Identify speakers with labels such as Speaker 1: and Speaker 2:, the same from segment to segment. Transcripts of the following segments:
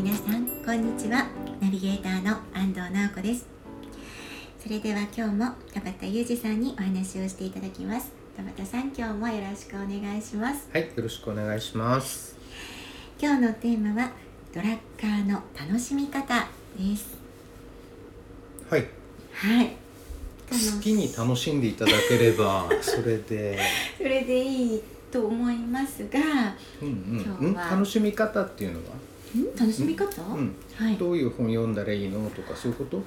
Speaker 1: こんにちはナビゲーターの安藤直子ですそれでは今日も田畑裕二さんにお話をしていただきます田畑さん今日もよろしくお願いします
Speaker 2: はい、よろしくお願いします。
Speaker 1: 今日のテーマはドラッカーの楽しみ方です
Speaker 2: はい、
Speaker 1: はい
Speaker 2: 好きに楽しんでいただければ、 それで。
Speaker 1: それでいいと思いますが
Speaker 2: うん
Speaker 1: 今
Speaker 2: うん、うん、
Speaker 1: 日は
Speaker 2: 楽しみ方っていうのは、
Speaker 1: ん楽しみ方、
Speaker 2: うん、
Speaker 1: はい
Speaker 2: どういう本読んだらいいのとか、そういうこと。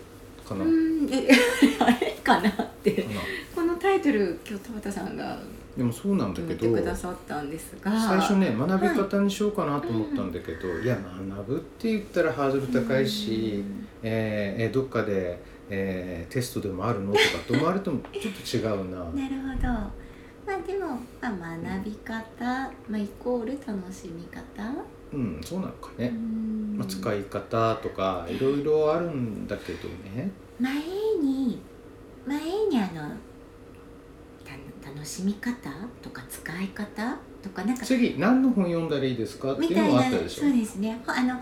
Speaker 2: かな。
Speaker 1: う
Speaker 2: か
Speaker 1: んえ あれかなって
Speaker 2: な。
Speaker 1: このタイトル今日田畑さんが
Speaker 2: でも、そうなんだ
Speaker 1: 決
Speaker 2: け
Speaker 1: めてくだ
Speaker 2: ど。
Speaker 1: さったんですが
Speaker 2: 最初ね、学び方にしようかなと思ったんだけど、いや、学ぶって言ったらハードル高いし。えーえーどっかで、えーテストでもあるのとかって思われても、ちょっと違うな
Speaker 1: う。んなるほどまあでも、まあ、学び方、まあ、イコール楽しみ方、
Speaker 2: うん、そうなのかね。
Speaker 1: うん
Speaker 2: まあ、使い方とかいろいろあるんだけどね
Speaker 1: 前に前にあのた楽しみ方とか使い方とかなんか
Speaker 2: 次何の本読んだらいいですかって
Speaker 1: み
Speaker 2: いう
Speaker 1: た
Speaker 2: の
Speaker 1: い
Speaker 2: も
Speaker 1: な
Speaker 2: あったでしょ
Speaker 1: そうですねほあの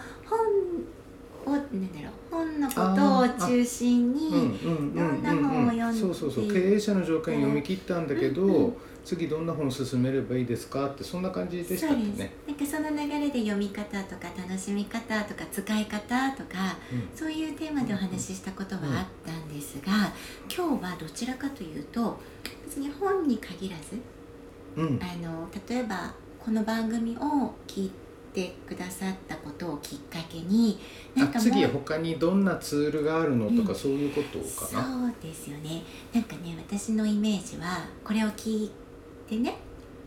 Speaker 1: 本をなんだろう本のことを中心に、
Speaker 2: うんうんうん
Speaker 1: どんな本を
Speaker 2: うん
Speaker 1: 読んで
Speaker 2: そうそうそう経営者の条件読み切ったんだけど、
Speaker 1: うんうん
Speaker 2: 次どんな本進めればいいですかってそんな感じ
Speaker 1: そう
Speaker 2: で
Speaker 1: です
Speaker 2: したっけね
Speaker 1: なんかその流れで読み方とか楽しみ方とか使い方とか
Speaker 2: うん
Speaker 1: そういうテーマでお話ししたことはあったんですが、今日はどちらかというと別に本に限らず
Speaker 2: うん
Speaker 1: あの例えばこの番組を聞いてくださったことをきっかけになん
Speaker 2: あ
Speaker 1: かもう
Speaker 2: 次他にどんなツールがあるのとか、
Speaker 1: うん
Speaker 2: そういうことか
Speaker 1: そ
Speaker 2: な
Speaker 1: うですよねなんかね私のイメージはこれを聞いてね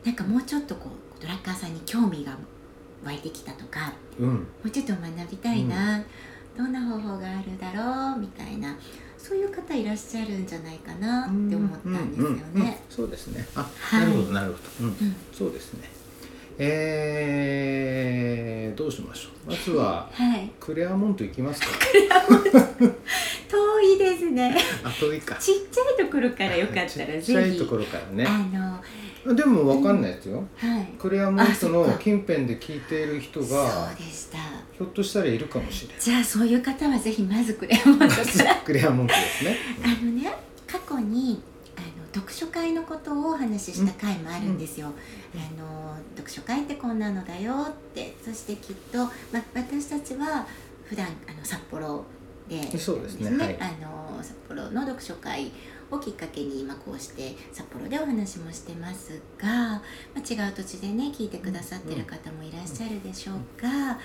Speaker 1: なんかもうちょっとこうドラッカーさんに興味が湧いてきたとか
Speaker 2: うん
Speaker 1: もうちょっと学びたいな、どんな方法があるだろうみたいなそういう方いらっしゃるんじゃないかなって思ったんですよ
Speaker 2: うんうんうんうん
Speaker 1: ね。
Speaker 2: そうですねあ、
Speaker 1: はい
Speaker 2: なるほどなるほど、うん、
Speaker 1: うん
Speaker 2: そうですねえー、どうしましょうまずは
Speaker 1: はい、
Speaker 2: クレアモント行 きますか
Speaker 1: 遠いですね
Speaker 2: あ遠いか
Speaker 1: ちっちゃいところからよかったらぜひ
Speaker 2: ちっちゃいところからね
Speaker 1: あの
Speaker 2: でもわかんないですよ、
Speaker 1: はい
Speaker 2: クレアモント
Speaker 1: あそっ
Speaker 2: の
Speaker 1: か
Speaker 2: 近辺で聞いている人
Speaker 1: そ
Speaker 2: が
Speaker 1: うでした
Speaker 2: ひょっとしたらいるかもしれ
Speaker 1: じゃあそういう方はぜひまずクレアモントか
Speaker 2: な
Speaker 1: ら
Speaker 2: いクレアモントですね
Speaker 1: あのね過去にあの読書会のことをお話しした回もあるんですよ、あの読書会ってこんなのだよってそしてきっと、ま、私たちは普段あの札幌で
Speaker 2: そうですねはい
Speaker 1: あの札幌の読書会をきっかけに今こうして札幌でお話もしてますが、ま、違う土地でね聞いてくださってる方もいらっしゃるでしょうが、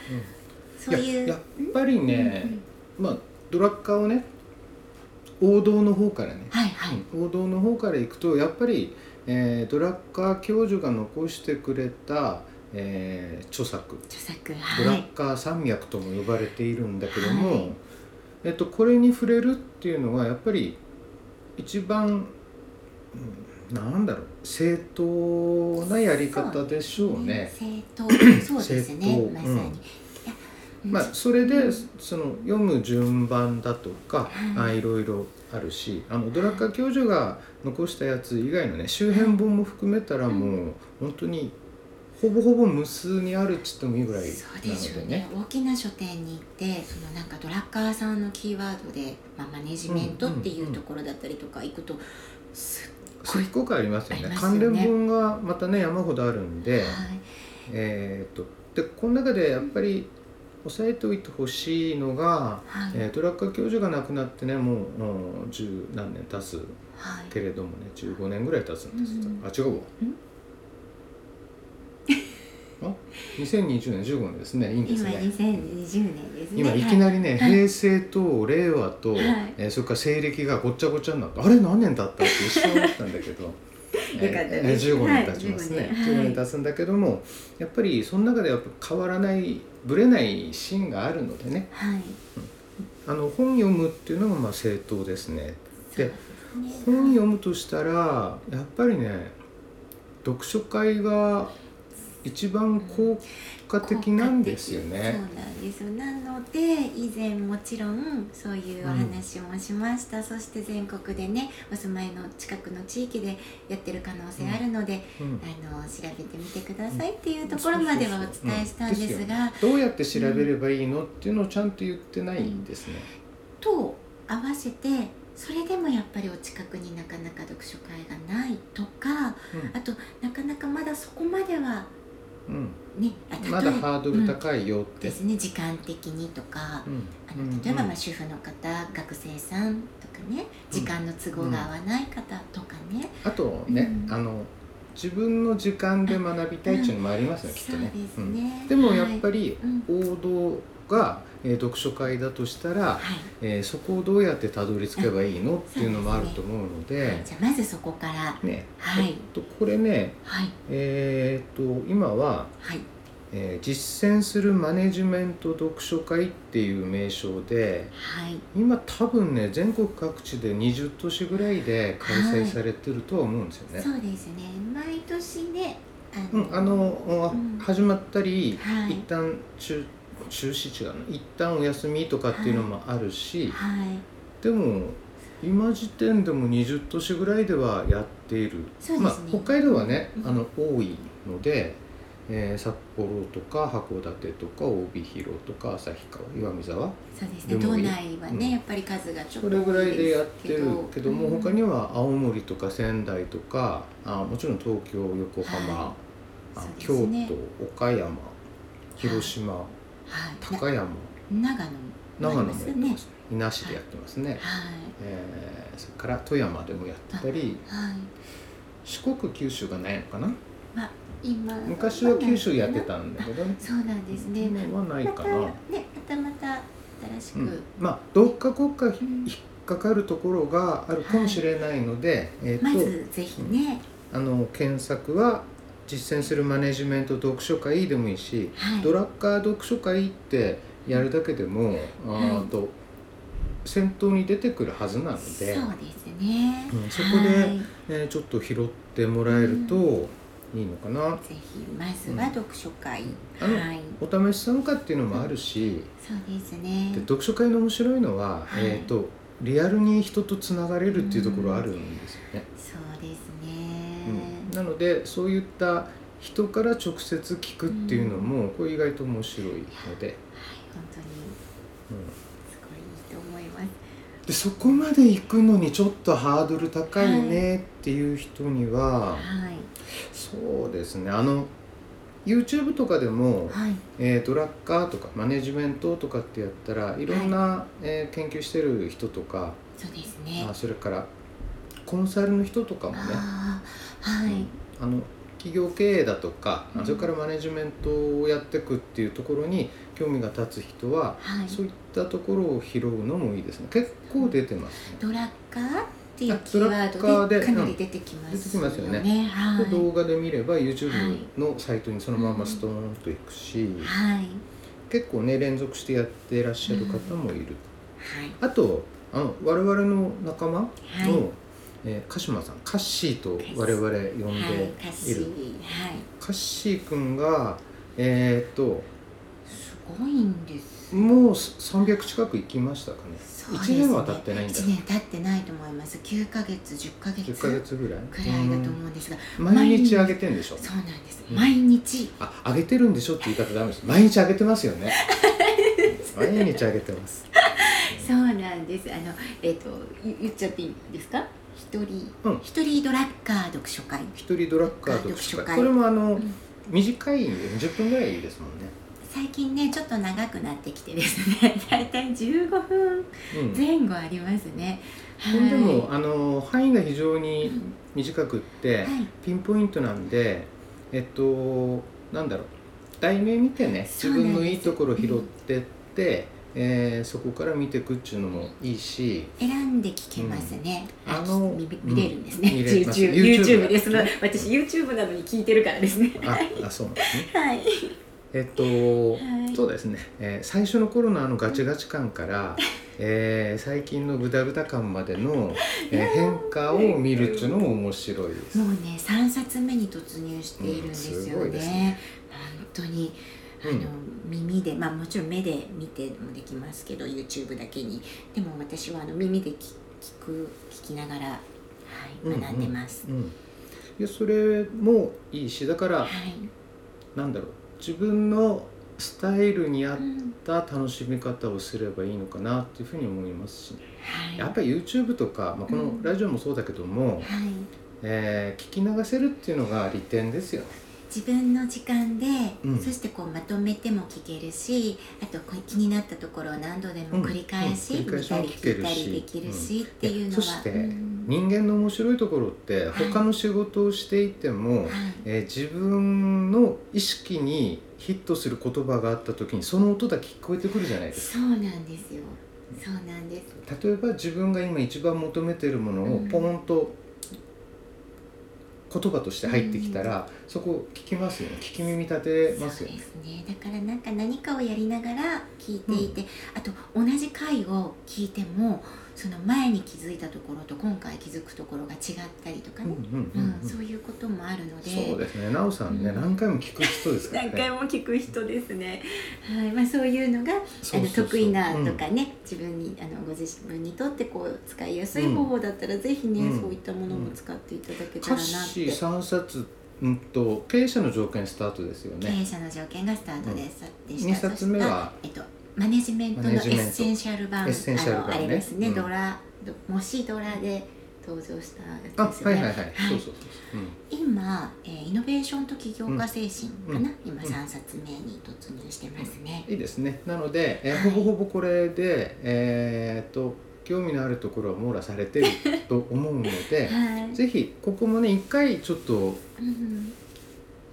Speaker 1: そう
Speaker 2: い
Speaker 1: い
Speaker 2: や
Speaker 1: う
Speaker 2: やっぱりね
Speaker 1: うんうん
Speaker 2: まあドラッカーをね王道の方からね、
Speaker 1: はいはい、
Speaker 2: うん王道の方から行くとやっぱり、えードラッカー教授が残してくれた、えー著作
Speaker 1: 著作
Speaker 2: ブラ
Speaker 1: はい
Speaker 2: ッカー山脈とも呼ばれているんだけども、
Speaker 1: はい
Speaker 2: えっと、これに触れるっていうのはやっぱり一番、うんなんだろう正当なやり方でしょうね。
Speaker 1: 正当そうですね
Speaker 2: 正当
Speaker 1: まさに、
Speaker 2: うん
Speaker 1: いやうん
Speaker 2: まあ、それでその読む順番だとか、
Speaker 1: はい
Speaker 2: あいろいろあるしあのドラッカー教授が残したやつ以外のね周辺本も含めたらもう本当にほぼほぼ無数にあるっつってもいいぐらいな
Speaker 1: そうでしょ
Speaker 2: の
Speaker 1: う
Speaker 2: で
Speaker 1: ね
Speaker 2: ね。
Speaker 1: 大きな書店に行ってそのなんかドラッカーさんのキーワードで、まあ、マネジメントっていうところだったりとか行くと、す
Speaker 2: すっごくありますよね
Speaker 1: ありますよ
Speaker 2: 関
Speaker 1: ね
Speaker 2: 連本がまたね山ほどあるん
Speaker 1: は
Speaker 2: で、
Speaker 1: い
Speaker 2: えーっとでこの中でやっぱり押さえておいてほしいのが、
Speaker 1: はい、
Speaker 2: えードラッカー教授が亡くなってねもううん十何年経つ
Speaker 1: はい
Speaker 2: けれどもね15年ぐらい経つんです、
Speaker 1: うん
Speaker 2: あ違うわ、あ2020年15年ですねいいんです
Speaker 1: 今
Speaker 2: ね
Speaker 1: 2020年ですね
Speaker 2: 今いきなりね、平成と令和と、
Speaker 1: はい
Speaker 2: えーそれから西暦がごっちゃごちゃになってあれ何年だったって一瞬思ったんだけ ど
Speaker 1: よかった
Speaker 2: えー
Speaker 1: です
Speaker 2: 15年経ちますね、
Speaker 1: はい15
Speaker 2: 15
Speaker 1: 年
Speaker 2: 年経つんだけども、やっぱりその中でやっぱ変わらないぶれないシーンがあるのでね
Speaker 1: はい、はい
Speaker 2: あの本読むっていうのがまあ正当ですね
Speaker 1: そう
Speaker 2: です
Speaker 1: ね
Speaker 2: 本読むとしたらやっぱりね読書会が一番効果的なんですよね。
Speaker 1: そうなんですよなので以前もちろんそういうお話もしました、そして全国でねお住まいの近くの地域でやってる可能性あるので、
Speaker 2: うん
Speaker 1: あの調べてみてくださいっていうところまではお伝えしたんですが、
Speaker 2: どうやって調べればいいのっていうのをちゃんと言ってないんですね。
Speaker 1: と合わせてそれでもやっぱりお近くになかなか読書会がないとかあとなかなかまだそこまでは
Speaker 2: うんうん
Speaker 1: ねあ例え
Speaker 2: まだハードル
Speaker 1: うん
Speaker 2: 高いよっ
Speaker 1: で
Speaker 2: て。
Speaker 1: すね時間的にとか。
Speaker 2: うん
Speaker 1: あ
Speaker 2: うん
Speaker 1: の
Speaker 2: うん
Speaker 1: 例えばまあ主婦の方、学生さんとかね時間の都合が合わない方とかね、
Speaker 2: あとね、
Speaker 1: うん
Speaker 2: あの自分の時間で学びたいっていうのもありますよ、きっ
Speaker 1: そ
Speaker 2: と
Speaker 1: う
Speaker 2: ね。
Speaker 1: です
Speaker 2: うん
Speaker 1: ね、
Speaker 2: でもやっぱ
Speaker 1: り、
Speaker 2: り
Speaker 1: はいうん
Speaker 2: 王道が、えー読書会だとしたら、
Speaker 1: はい
Speaker 2: えーそこをどうやってたどり着けばいいのっていうのもあると思うの
Speaker 1: はい
Speaker 2: で
Speaker 1: じゃあまずそこから
Speaker 2: ね、
Speaker 1: はい
Speaker 2: えっと、これね、
Speaker 1: はい
Speaker 2: えーっと今は、
Speaker 1: はい
Speaker 2: えー実践するマネジメント読書会っていう名称で
Speaker 1: はい
Speaker 2: 今多分ね全国各地で20都市ぐらいで開催されてるとは思うんですよね。
Speaker 1: そうですね毎年ねあ
Speaker 2: うん、あの、
Speaker 1: うん
Speaker 2: 始まったり、
Speaker 1: はい
Speaker 2: 一旦中中止違うな一旦お休みとかっていうのもあるし、
Speaker 1: はい
Speaker 2: でも今時点でも20都市ぐらいではやっている、
Speaker 1: そうですね
Speaker 2: まあ、北海道はね、
Speaker 1: うん
Speaker 2: あの多いので、えー札幌とか函館とか帯広とか旭川岩見沢
Speaker 1: そうですね
Speaker 2: でも
Speaker 1: 道内はね、
Speaker 2: うん
Speaker 1: やっぱり数がちょっと
Speaker 2: それぐらいでやっ
Speaker 1: 多
Speaker 2: てるけども、
Speaker 1: うん
Speaker 2: 他には青森とか仙台とかあもちろん東京横浜、
Speaker 1: は
Speaker 2: あ
Speaker 1: そうです
Speaker 2: 京都
Speaker 1: ね
Speaker 2: 岡山広島、
Speaker 1: はい
Speaker 2: 高山
Speaker 1: な長野
Speaker 2: 長野
Speaker 1: ありま
Speaker 2: もやっ
Speaker 1: す
Speaker 2: て
Speaker 1: よ
Speaker 2: ま
Speaker 1: ね
Speaker 2: す伊那市でやってますね、
Speaker 1: はい
Speaker 2: えーそれから富山でもやってたり
Speaker 1: はい
Speaker 2: 四国九州がないのかな
Speaker 1: 今
Speaker 2: 昔は九州やって
Speaker 1: まあ
Speaker 2: たんだけどね
Speaker 1: そうなんですね、
Speaker 2: 今はない
Speaker 1: ま
Speaker 2: か
Speaker 1: た
Speaker 2: な
Speaker 1: ね、またまた新しく、
Speaker 2: うん、まあどっか国家引っかかるところがあるかもしれないので、え
Speaker 1: ま
Speaker 2: ー、と
Speaker 1: ずぜひね、
Speaker 2: あの検索は実践するマネジメント読書会でもいいし、
Speaker 1: はい、
Speaker 2: ドラッカー読書会ってやるだけでも、あー
Speaker 1: はい
Speaker 2: と先頭に出てくるはずなの
Speaker 1: そう
Speaker 2: で、
Speaker 1: ですね、
Speaker 2: うんそこで
Speaker 1: はい
Speaker 2: えーちょっと拾ってもらえるといいのかな、
Speaker 1: ぜひまずは読書会、
Speaker 2: あの
Speaker 1: はい
Speaker 2: お試し参加っていうのもあるし、
Speaker 1: そうですね
Speaker 2: で読書会の面白いのは、
Speaker 1: はい
Speaker 2: えー、とリアルに人とつながれるっていうところあるんですよね。
Speaker 1: そうです
Speaker 2: うん
Speaker 1: ね、
Speaker 2: なのでそういった人から直接聞くっていうのもこれ意外と面白いので、
Speaker 1: 本当にす
Speaker 2: うん
Speaker 1: ごいいいと思います
Speaker 2: でそこまで行くのにちょっとハードル高いねっていう人には、
Speaker 1: はい
Speaker 2: そうですねあの YouTube とかでも、
Speaker 1: はい
Speaker 2: えードラッカーとかマネジメントとかってやったらいろんな、えー研究してる人とか、
Speaker 1: そうですね
Speaker 2: あそれからコンサルの人とかもね
Speaker 1: ああはい、
Speaker 2: うんあの企業経営だとか、
Speaker 1: うん
Speaker 2: それからマネジメントをやっていくっていうところに興味が立つ人は、
Speaker 1: はい
Speaker 2: そういったところを拾うのもいいですね結構出てますね。
Speaker 1: ドラッカーっていうキーワ
Speaker 2: ドラ
Speaker 1: ード
Speaker 2: ッカー
Speaker 1: で
Speaker 2: で
Speaker 1: かなり出てきます
Speaker 2: うん出てきますよ
Speaker 1: はい
Speaker 2: で動画で見れば
Speaker 1: はい
Speaker 2: YouTube のサイトにそのままストーンといくし、
Speaker 1: はいはい
Speaker 2: 結構ね連続してやってらっしゃる方もいる、あとあの我々の仲間の、
Speaker 1: はい
Speaker 2: えー鹿島さんカッシーと我々呼んでい
Speaker 1: は
Speaker 2: る、
Speaker 1: い歌詞はい
Speaker 2: カッシーくんがえーっと
Speaker 1: すごいんです
Speaker 2: もう300近く行きましたかね
Speaker 1: そうです
Speaker 2: 1年は経ってないんだ
Speaker 1: 1年経ってないと思います9ヶ月10ヶ月
Speaker 2: 10
Speaker 1: く
Speaker 2: ヶ
Speaker 1: らい
Speaker 2: 月ぐらい
Speaker 1: だと思うんですが、
Speaker 2: うん毎日あげてんでしょ
Speaker 1: そうなんです
Speaker 2: うん
Speaker 1: 毎日
Speaker 2: あ、あげてるんでしょって言い方ダメです毎日あげてますよ ね毎日あげてます
Speaker 1: そうなんですあのえっ、とゆ言っちゃっていいですか一人、
Speaker 2: うん
Speaker 1: 一人ドラッカー読書会
Speaker 2: 一人ドラッカー読
Speaker 1: 読書
Speaker 2: 書
Speaker 1: 会
Speaker 2: 会これもあの、
Speaker 1: ん
Speaker 2: 短いんで10分ぐらいですもんね、
Speaker 1: 最近ねちょっと長くなってきてですね 大体15分
Speaker 2: うん、で
Speaker 1: 前後ありますね、はい
Speaker 2: もあの範囲が非常に短くって、
Speaker 1: はい
Speaker 2: ピンポイントなんでえっとなんだろう題名見てね
Speaker 1: そ
Speaker 2: 自
Speaker 1: うなんです
Speaker 2: 分のいいところを拾ってって、えーそこから見てくっちゅうのもいいし
Speaker 1: 選んで聞けますね。
Speaker 2: うん
Speaker 1: あ
Speaker 2: あの
Speaker 1: 見見れるんですね。
Speaker 2: うん見れます
Speaker 1: YouTube,
Speaker 2: YouTube
Speaker 1: YouTube ですの。私 YouTube なのに聞いてるからですね。
Speaker 2: ああそうなんですね
Speaker 1: はい。
Speaker 2: えっと
Speaker 1: はい
Speaker 2: そうですね、えー最初の頃のあのガチガチ感 から、えー最近のグダグダ感までの、えー変化を見るっちゅうのも面白いです
Speaker 1: もうね、三冊目に突入しているんですよね。
Speaker 2: うんすごいですね
Speaker 1: 本当に。
Speaker 2: う
Speaker 1: あの
Speaker 2: ん
Speaker 1: 耳で、まあ、もちろん目で見てもできますけど YouTube だけにでも私はあの耳で聞聞く聞きながら、は
Speaker 2: うんう
Speaker 1: い、
Speaker 2: ん
Speaker 1: 学んでます。
Speaker 2: うん、いやそれもいいしだから
Speaker 1: はい
Speaker 2: なんだろう自分のスタイルに合っ
Speaker 1: うん
Speaker 2: た楽しみ方をすればいいのかなっていうふうに思いますし、ね、
Speaker 1: はい
Speaker 2: やっぱり YouTube とか、まあ、このラジオもそうだけども、
Speaker 1: はい、
Speaker 2: えー聞き流せるっていうのが利点ですよね。
Speaker 1: 自分の時間で、
Speaker 2: うん
Speaker 1: そしてこうまとめても聞けるしあとこう気になったところを何度でも繰り返し
Speaker 2: うん
Speaker 1: 見
Speaker 2: うん繰り返しも
Speaker 1: たり
Speaker 2: 聞
Speaker 1: 聞
Speaker 2: け
Speaker 1: い
Speaker 2: る
Speaker 1: た
Speaker 2: し
Speaker 1: りできるしっていうのは。
Speaker 2: そして
Speaker 1: うん
Speaker 2: 人間の面白いところって
Speaker 1: はい
Speaker 2: 他の仕事をしていても、
Speaker 1: はい
Speaker 2: えー自分の意識にヒットする言葉があった時にその音だけ聞こえてくるじゃないですか
Speaker 1: そうなんですよ。そうなんです。
Speaker 2: 例えば自分が今一番求めているものを
Speaker 1: うん
Speaker 2: ポンと言葉として入ってきたら、そこ聞きますよね聞き耳立てますよ
Speaker 1: そうで
Speaker 2: ね
Speaker 1: すね。だからなんか何かをやりながら聞いていて、あと同じ回を聞いてもその前に気づいたところと今回気づくところが違ったりとか
Speaker 2: うん
Speaker 1: ね、
Speaker 2: うん
Speaker 1: う
Speaker 2: うんんうん
Speaker 1: そういうこともあるので。
Speaker 2: そうですね奈緒さんね、
Speaker 1: うん
Speaker 2: 何回も聞く人ですから
Speaker 1: 何回
Speaker 2: ね
Speaker 1: も聞く人ですね。はい、まあそういうのが
Speaker 2: そうそうそう
Speaker 1: あの得意なと
Speaker 2: う
Speaker 1: かね、自分にあのご自身にとってこう使いやすい
Speaker 2: うん
Speaker 1: 方法だったら、ぜひね、
Speaker 2: うん
Speaker 1: そういったものも使っていただけ
Speaker 2: ん
Speaker 1: たらな
Speaker 2: 歌
Speaker 1: って。
Speaker 2: 詞3冊、うん、と経営者の条件スタートですよ
Speaker 1: 経
Speaker 2: ね
Speaker 1: 営者の条件がスタートです。でした
Speaker 2: 2冊目は
Speaker 1: えっと、マネジメントの
Speaker 2: マ
Speaker 1: エ
Speaker 2: ネジメント
Speaker 1: ッセンシャル版
Speaker 2: エッセンシャル版ね
Speaker 1: あのあれですね、
Speaker 2: うん
Speaker 1: ドラドもしドラで登場した
Speaker 2: あ
Speaker 1: やつです
Speaker 2: は
Speaker 1: よ
Speaker 2: い
Speaker 1: ね、
Speaker 2: はいはい、
Speaker 1: はい
Speaker 2: そうそうそうそう、うん
Speaker 1: 今、えーイノベーションと起業家精神かな、
Speaker 2: うん
Speaker 1: 今
Speaker 2: うん
Speaker 1: 3冊目に突入してますね、
Speaker 2: いいですねなので、えー
Speaker 1: はい
Speaker 2: ほぼほぼこれでえーっと興味のあるところは網羅されてると思うので、
Speaker 1: はい、
Speaker 2: ぜひここもね一回ちょっと、
Speaker 1: うん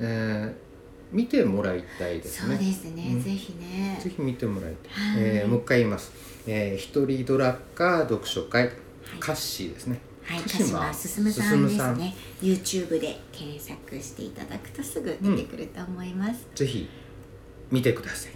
Speaker 2: えー見てもらいたいです
Speaker 1: そう
Speaker 2: ね
Speaker 1: ですね、
Speaker 2: うん
Speaker 1: ぜひね
Speaker 2: ぜひ見てもらいた
Speaker 1: は
Speaker 2: い、
Speaker 1: い
Speaker 2: えーもう一回言います、えー一人ドラッカー読書
Speaker 1: は
Speaker 2: 会
Speaker 1: い
Speaker 2: カッシーですね
Speaker 1: はい、
Speaker 2: 鹿
Speaker 1: 鹿島
Speaker 2: 島
Speaker 1: 進さんで
Speaker 2: 進さ
Speaker 1: す
Speaker 2: ん
Speaker 1: ね YouTube で検索していただくとすぐ出てくると思います、
Speaker 2: ぜひ見てください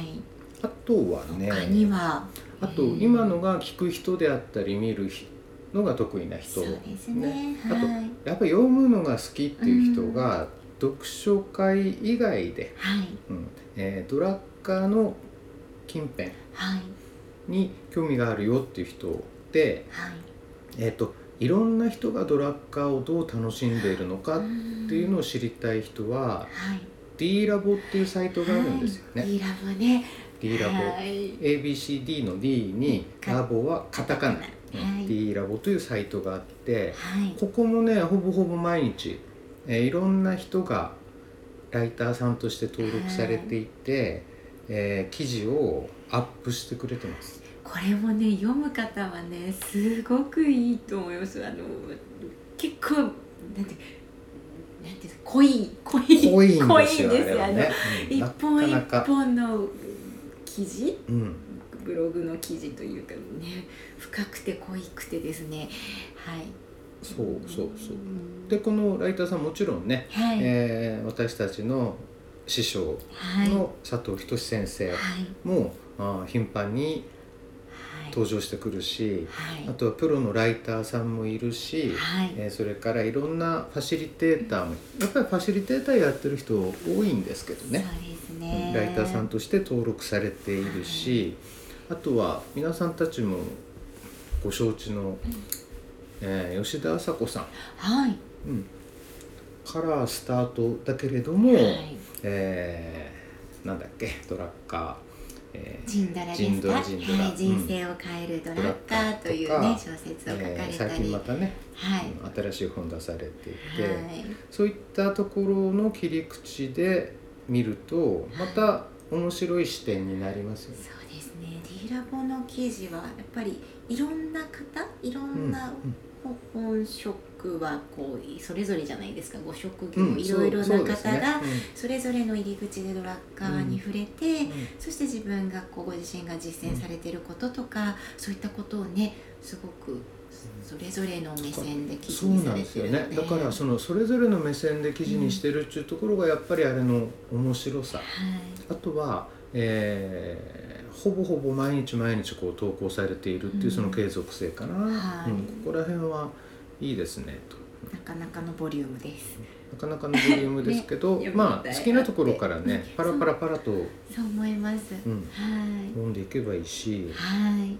Speaker 1: はい
Speaker 2: あとはね
Speaker 1: 他には、
Speaker 2: あと
Speaker 1: うん
Speaker 2: 今のが聞く人であったり見る人のが得意な人
Speaker 1: そうですね
Speaker 2: あと
Speaker 1: はい
Speaker 2: やっぱり読むのが好きっていう人が読書会以外で、
Speaker 1: はい
Speaker 2: うんえードラッカーの近辺
Speaker 1: はい
Speaker 2: に興味があるよっていう人で、
Speaker 1: はい
Speaker 2: えー、といろんな人がドラッカーをどう楽しんでいるのかっていうのを知りたい人は
Speaker 1: はい
Speaker 2: D ラボっていうサイトがあるんですよね。
Speaker 1: はい、いいラボね
Speaker 2: D ラボ
Speaker 1: はい、
Speaker 2: ABCD の D に
Speaker 1: か
Speaker 2: ラボはカタカナ、
Speaker 1: はい
Speaker 2: D ラボというサイトがあって
Speaker 1: はい
Speaker 2: ここもねほぼほぼ毎日、えーいろんな人がライターさんとして登録されていて、えー記事をアップしてくれて ます
Speaker 1: これもね読む方はねすごくいいと思いますあの結構なんてなんていうんですか濃い濃い
Speaker 2: 濃いんですよ
Speaker 1: 濃いんですよ
Speaker 2: あれはね、うん
Speaker 1: 一本
Speaker 2: な
Speaker 1: 一
Speaker 2: かなか、
Speaker 1: 本の記事
Speaker 2: うん、
Speaker 1: ブログの記事というかね深くて濃いくてですねはい
Speaker 2: そうそうそう
Speaker 1: う
Speaker 2: でこのライターさんもちろんね、
Speaker 1: はい、
Speaker 2: えー私たちの師匠
Speaker 1: はいはい
Speaker 2: の佐藤仁先生も、あー頻繁に
Speaker 1: はい
Speaker 2: 登場してくるし
Speaker 1: はい
Speaker 2: あとはプロのライターさんもいるし、
Speaker 1: はい
Speaker 2: えーそれからいろんなファシリテーターもやっぱりファシリテーターやってる人多いんですけどね
Speaker 1: そうですね
Speaker 2: ライターさんとして登録されているし、あとは皆さんたちもご承知の、えー吉田麻子さん、
Speaker 1: はい
Speaker 2: うん、からスタートだけれども、
Speaker 1: はい
Speaker 2: えーなんだっけドラッカー、えー
Speaker 1: ジンドラですか
Speaker 2: ジンドラジンドラ
Speaker 1: はい、人生を変えるドラッカーという
Speaker 2: ド
Speaker 1: ね
Speaker 2: ラッカー
Speaker 1: 小説を書か
Speaker 2: えー
Speaker 1: れ
Speaker 2: 最
Speaker 1: たり、
Speaker 2: 近またね、
Speaker 1: はい、
Speaker 2: うん新しい本出されていて、
Speaker 1: はい、
Speaker 2: そういったところの切り口で見るとまた面白い視点になりますよね。
Speaker 1: そうですね D ラボの記事はやっぱりいろんな方いろ
Speaker 2: うん
Speaker 1: んな本職はこうそれぞれじゃないですかご職業、
Speaker 2: うん
Speaker 1: いろいろな
Speaker 2: そう
Speaker 1: 方
Speaker 2: そうですね
Speaker 1: がそれぞれの入り口でドラッカーに触れて、
Speaker 2: うんうん
Speaker 1: そして自分がこうご自身が実践されてることとか、そういったことをねすごくそれぞれの目線で記事
Speaker 2: そう
Speaker 1: に
Speaker 2: な
Speaker 1: さ
Speaker 2: ん
Speaker 1: れ
Speaker 2: です
Speaker 1: て
Speaker 2: よ
Speaker 1: る
Speaker 2: ね
Speaker 1: ので
Speaker 2: だからそのそれぞれの目線で記事にしてるっていうところがやっぱりあれの面白さ
Speaker 1: はい
Speaker 2: あとは、えーほぼほぼ毎日毎日こう投稿されているっていううんその継続性かな、
Speaker 1: はい
Speaker 2: うんここら辺はいいですねと
Speaker 1: なかなかのボリュームです。
Speaker 2: なかなかのボリュームですけど、
Speaker 1: ね
Speaker 2: ま
Speaker 1: 読み応えあっ
Speaker 2: あ
Speaker 1: て
Speaker 2: 好きなところからねパラパラパラと、
Speaker 1: そう思います、
Speaker 2: うん、
Speaker 1: はい
Speaker 2: 読んでいけばいいし
Speaker 1: はい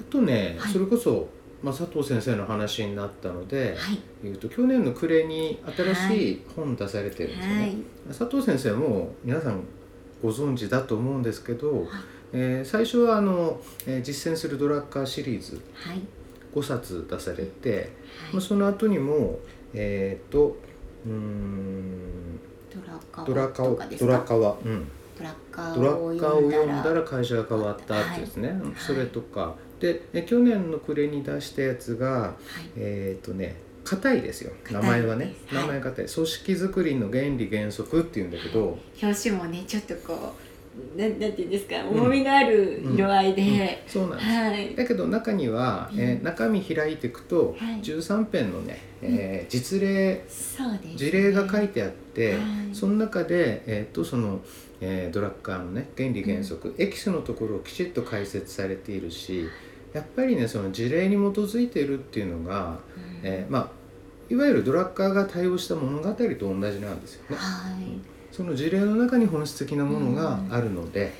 Speaker 2: あとね、
Speaker 1: はい
Speaker 2: それこそ、まあ、佐藤先生の話になったので、
Speaker 1: はい
Speaker 2: えっと去年の暮れに新しい本出されてるんですよね。
Speaker 1: はい
Speaker 2: 佐藤先生も皆さんご存知だと思うんですけど、
Speaker 1: い
Speaker 2: えー最初はあの、えー実践するドラッカーシリーズ
Speaker 1: はい
Speaker 2: 5冊出されて、ま
Speaker 1: は
Speaker 2: あ、
Speaker 1: い
Speaker 2: その後にもえーっとうーん
Speaker 1: ドラカ
Speaker 2: ドラカ
Speaker 1: と
Speaker 2: を
Speaker 1: かです
Speaker 2: ドラ
Speaker 1: か
Speaker 2: カは、うん、
Speaker 1: ドラカ
Speaker 2: ドラッカーを読んだ
Speaker 1: ら
Speaker 2: ら会社が変わったってですね、
Speaker 1: い
Speaker 2: それとかでえ去年の暮れに出したやつが
Speaker 1: はい
Speaker 2: えーっとね硬いですよ名
Speaker 1: 硬い
Speaker 2: 前はね
Speaker 1: ですは
Speaker 2: 名
Speaker 1: い
Speaker 2: 前硬い、組織づくりの原理原則っていうんだけど、
Speaker 1: 表紙もねちょっとこうなんなんていうんですか重みのある色合いで、
Speaker 2: うんそうなんです
Speaker 1: はい
Speaker 2: だけど中には、えー
Speaker 1: うん
Speaker 2: 中身開いていくと、
Speaker 1: はい
Speaker 2: 13編のね、えー実例
Speaker 1: そうです、ね、
Speaker 2: 事例が書い
Speaker 1: て
Speaker 2: てあって、
Speaker 1: はい
Speaker 2: その中で、えーっとそのえードラッカーのね原理原則、エキスのところをきちっと解説されているしやっぱりねその事例に基づいているっていうのが、えーまあいわゆるドラッカーが対応した物語と同じなんですよね。
Speaker 1: はい
Speaker 2: その事例の中に本質的なものがあるので、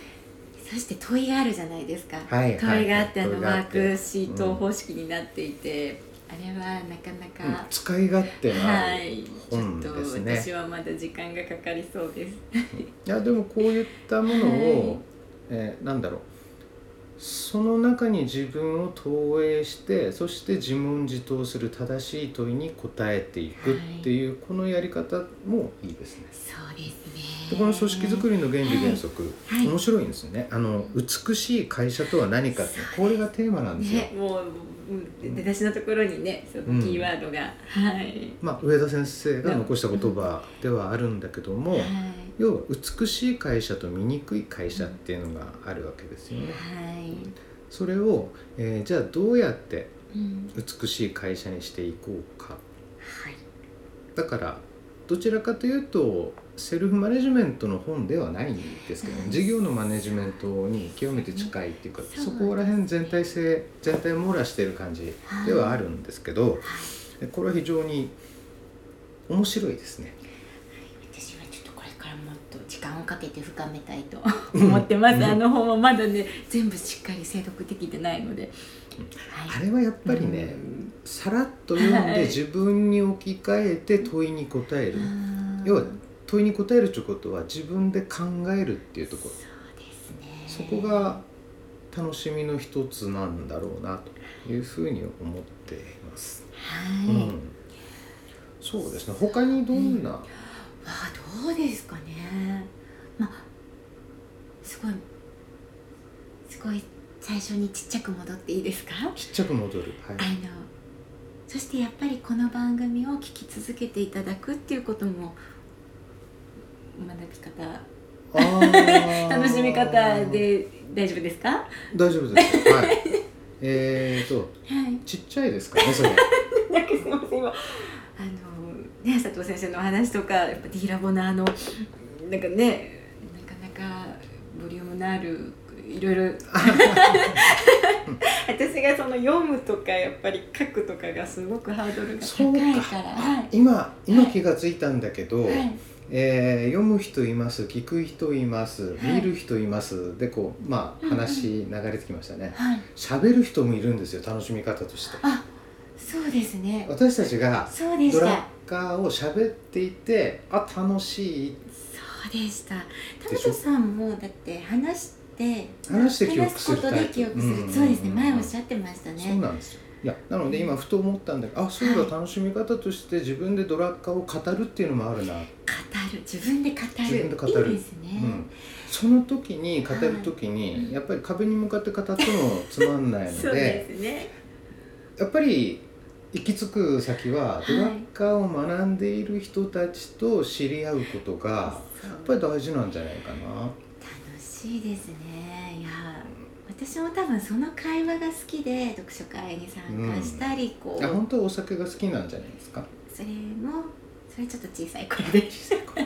Speaker 1: そして問いがあるじゃないですか、
Speaker 2: はいはい
Speaker 1: 問いがあってあの
Speaker 2: 問い
Speaker 1: マ
Speaker 2: があ
Speaker 1: ー
Speaker 2: って
Speaker 1: クシート方式になっていて、あれはなかな
Speaker 2: うん
Speaker 1: か、
Speaker 2: 使い勝手のあ
Speaker 1: は
Speaker 2: る
Speaker 1: いちょ
Speaker 2: 本
Speaker 1: っと
Speaker 2: ですね。
Speaker 1: 私はまだ時間がかかりそうです
Speaker 2: いやでもこういったものを、
Speaker 1: はい
Speaker 2: えーなんだろうその中に自分を投影してそして自問自答する正しい問いに答えていくっていう、このやり方もいいですね。
Speaker 1: そうです
Speaker 2: で
Speaker 1: ね
Speaker 2: この組織づくりの原理原則、
Speaker 1: はい
Speaker 2: 面白いんですよねあの美しい会社とは何かってこれがテーマなんですよ。
Speaker 1: ねもう、うん、出だしのところにねそのキーワードが、はい
Speaker 2: まあ、上田先生が残した言葉ではあるんだけども、
Speaker 1: はい
Speaker 2: 要は美しい会社と醜い会社っていうのがあるわけですよね。
Speaker 1: はい、
Speaker 2: それを、えーじゃあどうやって
Speaker 1: うん、
Speaker 2: 美しい会社にしていこうか
Speaker 1: はい
Speaker 2: だからどちらかというとセルフマネジメントの本ではないんですけど、
Speaker 1: うん
Speaker 2: 事業のマネジメントに極めて近いっていうか
Speaker 1: そうですね
Speaker 2: そこら辺全体性全体網羅してる感じではあるんですけどこれは非常に面白いですね。
Speaker 1: 私はちょっとこれからもっと時間をかけて深めたいと思ってます、
Speaker 2: うん
Speaker 1: あの本はまだね全部しっかり精読できてないので、
Speaker 2: あ
Speaker 1: やっ
Speaker 2: れはやっぱりね、さらっと読ん
Speaker 1: はい
Speaker 2: で自分に置き換えて問いに答える、要は問いに答えるということは自分で考えるっていうところ
Speaker 1: そうですね
Speaker 2: そこが楽しみの一つなんだろうなというふうに思っています。
Speaker 1: はい、
Speaker 2: う
Speaker 1: わ
Speaker 2: ん、そうですね他にどんな、
Speaker 1: あどうですかねまあすごいすごい最初にちっちゃく戻っていいですか
Speaker 2: ちっちゃく戻る、は
Speaker 1: あ
Speaker 2: い
Speaker 1: のそしてやっぱりこの番組を聞き続けていただくっていうことも学び方
Speaker 2: あー
Speaker 1: 楽しみ方で大丈夫ですか？は
Speaker 2: 大丈夫です よはいえーと
Speaker 1: い。
Speaker 2: ちっちゃいですかね そ れ
Speaker 1: なんかすみません今あのね佐藤先生のお話とかやっぱ D ラボのあのなんかねなかなかボリュームのあるいろいろ私がその読むとかやっぱり書くとかがすごくハードルが
Speaker 2: そう
Speaker 1: 高い
Speaker 2: か
Speaker 1: から。はい。
Speaker 2: 今今気がついたんだけど、
Speaker 1: はい
Speaker 2: えー読む人います聞く人います
Speaker 1: はい
Speaker 2: 見る人いますでこうまあ
Speaker 1: うんうん
Speaker 2: 話流れてきましたね
Speaker 1: はい。
Speaker 2: 喋る人もいるんですよ楽しみ方として
Speaker 1: あ、そうですね。
Speaker 2: 私たちが
Speaker 1: そうでし
Speaker 2: ド
Speaker 1: た。
Speaker 2: ラッカーを喋っていてあ楽しい
Speaker 1: そうでした。田
Speaker 2: でしょ
Speaker 1: 本さんもだって話して
Speaker 2: 話して記憶す
Speaker 1: 話すこ
Speaker 2: る
Speaker 1: と
Speaker 2: タ
Speaker 1: で
Speaker 2: イプ
Speaker 1: 記憶する、
Speaker 2: うん
Speaker 1: そうですね前おっしゃってました
Speaker 2: そう
Speaker 1: ね。
Speaker 2: なんですよいやなので今ふと思ったんだけどあそういえば楽しみ方として自分でドラッカーを語るっていうのもあるな、
Speaker 1: 語る自分で語る
Speaker 2: 自分で語る
Speaker 1: いいですね
Speaker 2: う。ん、その時に語る時に、やっぱり壁に向かって語ってもつまんないの
Speaker 1: そうですね。
Speaker 2: やっぱり行き着く先はドラッカーを学んでいる人たちと知り合うことが、
Speaker 1: そう
Speaker 2: やっぱり大事なんじゃないかな。
Speaker 1: 楽しいですね。いや私も多分その会話が好きで読書会に参加したり、こう
Speaker 2: あ本当はお酒が好きなんじゃないですか。
Speaker 1: それもそれちょっと小さい頃で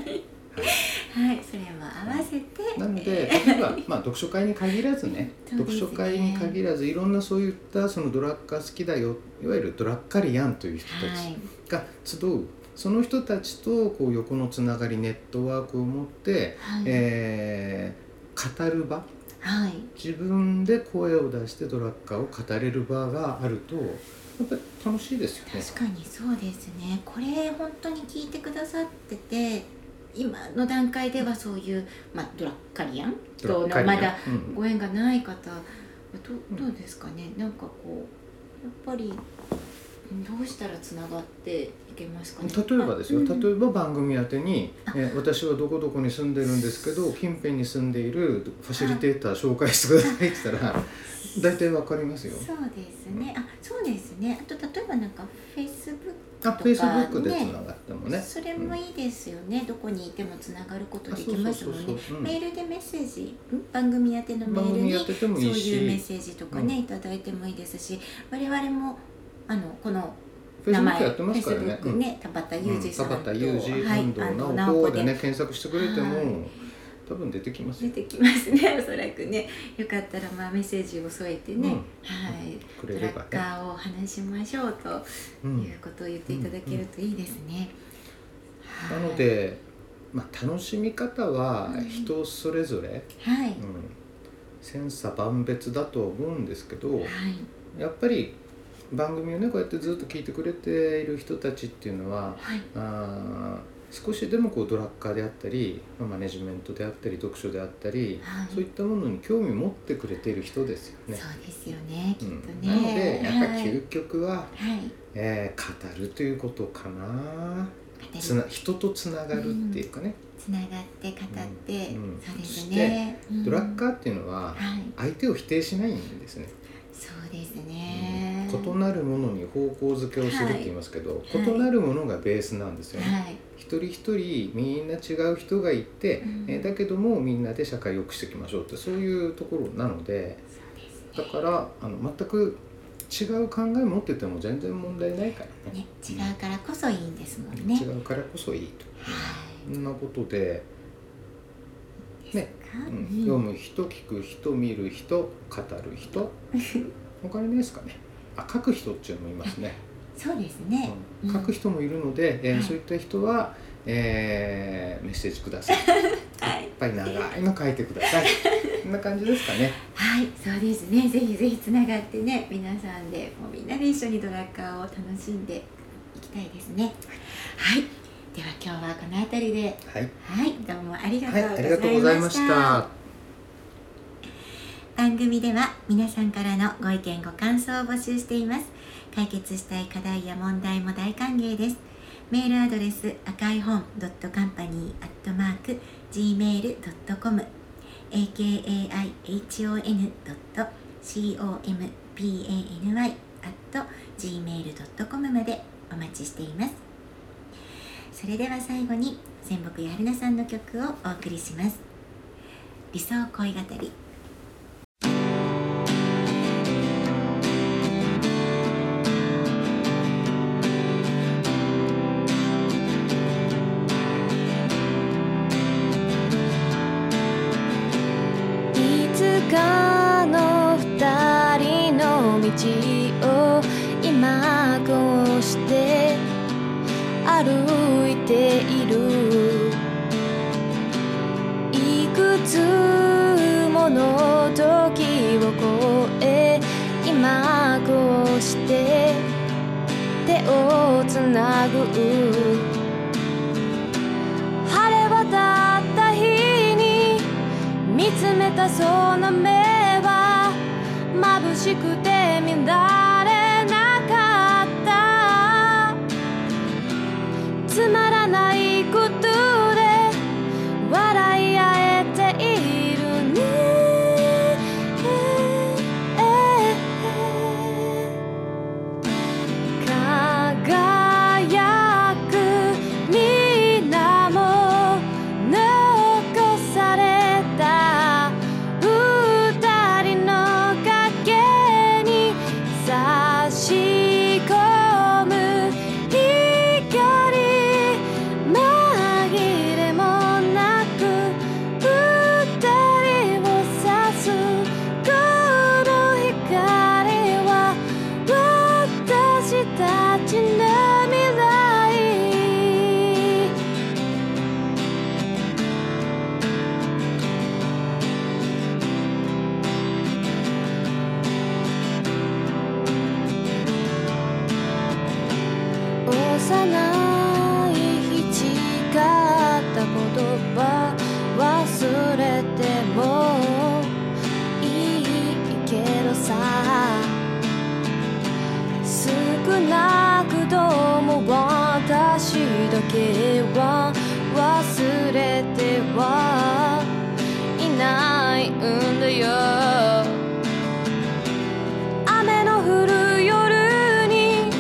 Speaker 1: はいそれも合わせて
Speaker 2: なので
Speaker 1: えー
Speaker 2: 例えば、まあ、読書会に限らずね
Speaker 1: そうで
Speaker 2: 読
Speaker 1: すね
Speaker 2: 書会に限らずいろんなそういったそのドラッカー好きだよいわゆるドラッカリアンという人た
Speaker 1: は
Speaker 2: ち
Speaker 1: い
Speaker 2: が集うその人たちとこう横のつながりネットワークを持って、
Speaker 1: はい、
Speaker 2: えー語る場
Speaker 1: はい、
Speaker 2: 自分で声を出してドラッカーを語れる場があるとやっぱり楽しいですよね。
Speaker 1: 確かにそうですねこれ本当に聞いてくださってて今の段階ではそういう、まあ、ドラッカリアンとの
Speaker 2: ドラッカーに
Speaker 1: まだ
Speaker 2: うん
Speaker 1: ご縁がない方はどどうですかねなんかこうやっぱりどうしたらつながっていけますかね
Speaker 2: 例えばですよ、
Speaker 1: あうん
Speaker 2: 例えば番組宛てに、
Speaker 1: あ
Speaker 2: えー私はどこどこに住んでるんですけど近辺に住んでいるファシリテーター紹介してくださいって言ったら大体わかりますよ。
Speaker 1: そうですねあそうですねあと例えばなんかフェイスブック
Speaker 2: あ、
Speaker 1: とか
Speaker 2: フェイスブックでつ
Speaker 1: ね
Speaker 2: ながってもね。
Speaker 1: それもいいですよね、どこにいてもつながること
Speaker 2: あ
Speaker 1: できますもんね。メールでメッセージん番組宛てのメ
Speaker 2: 番
Speaker 1: ール
Speaker 2: 組
Speaker 1: に
Speaker 2: やってても
Speaker 1: そう
Speaker 2: いい
Speaker 1: いうメッ
Speaker 2: し、
Speaker 1: セージとかね、いただいてもいいですし我々もあのこの
Speaker 2: フェイ
Speaker 1: 名前
Speaker 2: スブックやってますからね。
Speaker 1: Facebook ね田畑
Speaker 2: うん
Speaker 1: 裕二さんと、
Speaker 2: 田畑裕二
Speaker 1: はい
Speaker 2: 本堂
Speaker 1: 安藤
Speaker 2: 直
Speaker 1: 直
Speaker 2: 子
Speaker 1: 子
Speaker 2: で
Speaker 1: で
Speaker 2: ね検索してくれて
Speaker 1: はい
Speaker 2: も多分出てきます
Speaker 1: 出
Speaker 2: よ。
Speaker 1: てきますね おそらくねよかったらまあメッセージを添えてね、
Speaker 2: うん
Speaker 1: はい
Speaker 2: く
Speaker 1: ド
Speaker 2: れ
Speaker 1: ラ
Speaker 2: れ
Speaker 1: ッ
Speaker 2: ば
Speaker 1: カ
Speaker 2: ね。
Speaker 1: ーをお話しましょうと
Speaker 2: う
Speaker 1: い
Speaker 2: ん
Speaker 1: う。ことを言っていただけるといいですね。
Speaker 2: な
Speaker 1: はい
Speaker 2: の、で、まあ楽しみ方は
Speaker 1: うん
Speaker 2: 人それぞれ、
Speaker 1: はい、はい
Speaker 2: うん、千差万別だと思うんですけど、やっぱり番組をねこうやってずっと聞いてくれている人たちっていうのは。
Speaker 1: はい
Speaker 2: あー少しでもこうドラッカーであったりまあマネジメントであったり読書であったり
Speaker 1: はい
Speaker 2: そういったものに興味持ってくれている人ですよね。
Speaker 1: そうですよね、きっとね。
Speaker 2: うん、なのでやっぱ
Speaker 1: はい
Speaker 2: 究極は、
Speaker 1: はい、
Speaker 2: えー語るということかなつ
Speaker 1: つな
Speaker 2: な人とつながるっていうかね、
Speaker 1: つながって語って、
Speaker 2: うんうん
Speaker 1: そうですね。うん
Speaker 2: ドラッカーっていうの
Speaker 1: は
Speaker 2: は
Speaker 1: い、
Speaker 2: 相手を否定しないんですね、
Speaker 1: そうです
Speaker 2: うん
Speaker 1: ね。
Speaker 2: 異なるものに方向づけをするって言いますけど、
Speaker 1: い
Speaker 2: 異なるものがベースなんですよね、
Speaker 1: はい、
Speaker 2: 一人一人みんな違う人がいて、
Speaker 1: うん
Speaker 2: えーだけどもみんなで社会を良くしていきましょうってそういうところなので
Speaker 1: そうですね。
Speaker 2: だからあの全く違う考え持ってても全然問題ないからね
Speaker 1: ね、違うからこそいいんですもんね。
Speaker 2: 違うからこそいいと
Speaker 1: はい
Speaker 2: そんなことで、ね
Speaker 1: ですか
Speaker 2: うん
Speaker 1: うん
Speaker 2: 読む人聞く人見る人語る人 他にないですかねあ書く人っていうのもいますね、
Speaker 1: そうですね。
Speaker 2: う、
Speaker 1: うんん
Speaker 2: 書く人もいるので、えー
Speaker 1: はい
Speaker 2: そういった人は、えーメッセージくださいやっ
Speaker 1: はい、
Speaker 2: ぱり長いの書いてくださいこんな感じですかね
Speaker 1: はい、そうですね。ぜひぜひつながってね、皆さんで、もうみんなで一緒にドラッカーを楽しんでいきたいですね。はい、では今日はこのあたりで、
Speaker 2: はい、
Speaker 1: はい、どうもありがと
Speaker 2: はい、ありがとう
Speaker 1: うご
Speaker 2: ござ
Speaker 1: ざい
Speaker 2: い
Speaker 1: ま
Speaker 2: ま
Speaker 1: し。
Speaker 2: したた
Speaker 1: 番組では皆さんからのご意見ご感想を募集しています解決したい課題や問題も大歓迎ですメールアドレス赤い本ドットカンパニーアットマーク gmail.com akaihon ドット company アット gmail.com までお待ちしていますそれでは最後に仙北や春菜さんの曲をお送りします理想恋語り
Speaker 3: いつかの二人の道を今こうして歩いているいくつもの時を越え今こうして手をつなぐ晴れ渡った日に見つめたその目は眩しくて見られなかったつまらないことで笑い合えているね輝くみなも残された歌ない誓った言葉忘れてもいいけどさ少なくとも私だけは忘れてはいないんだよ雨の降る夜に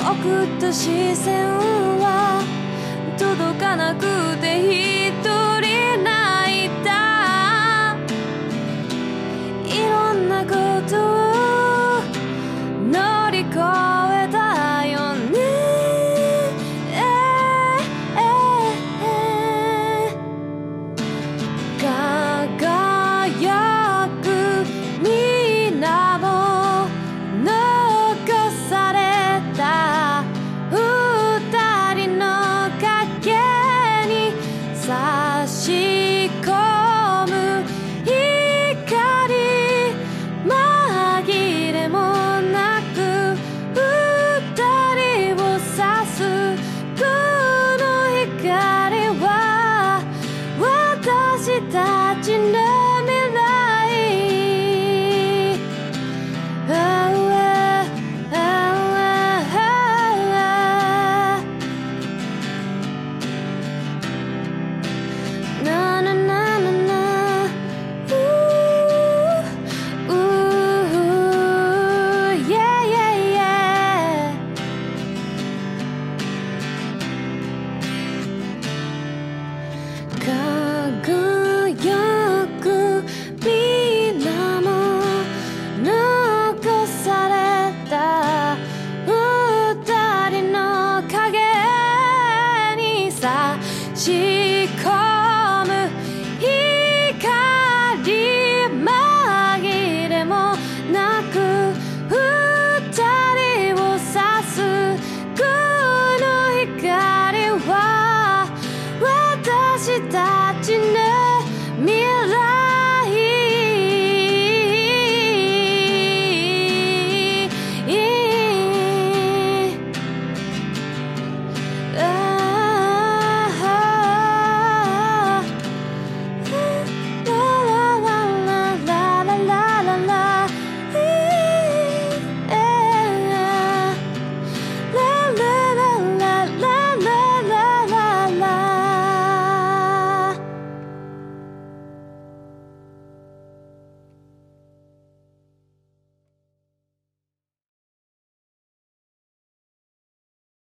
Speaker 3: 送った視線を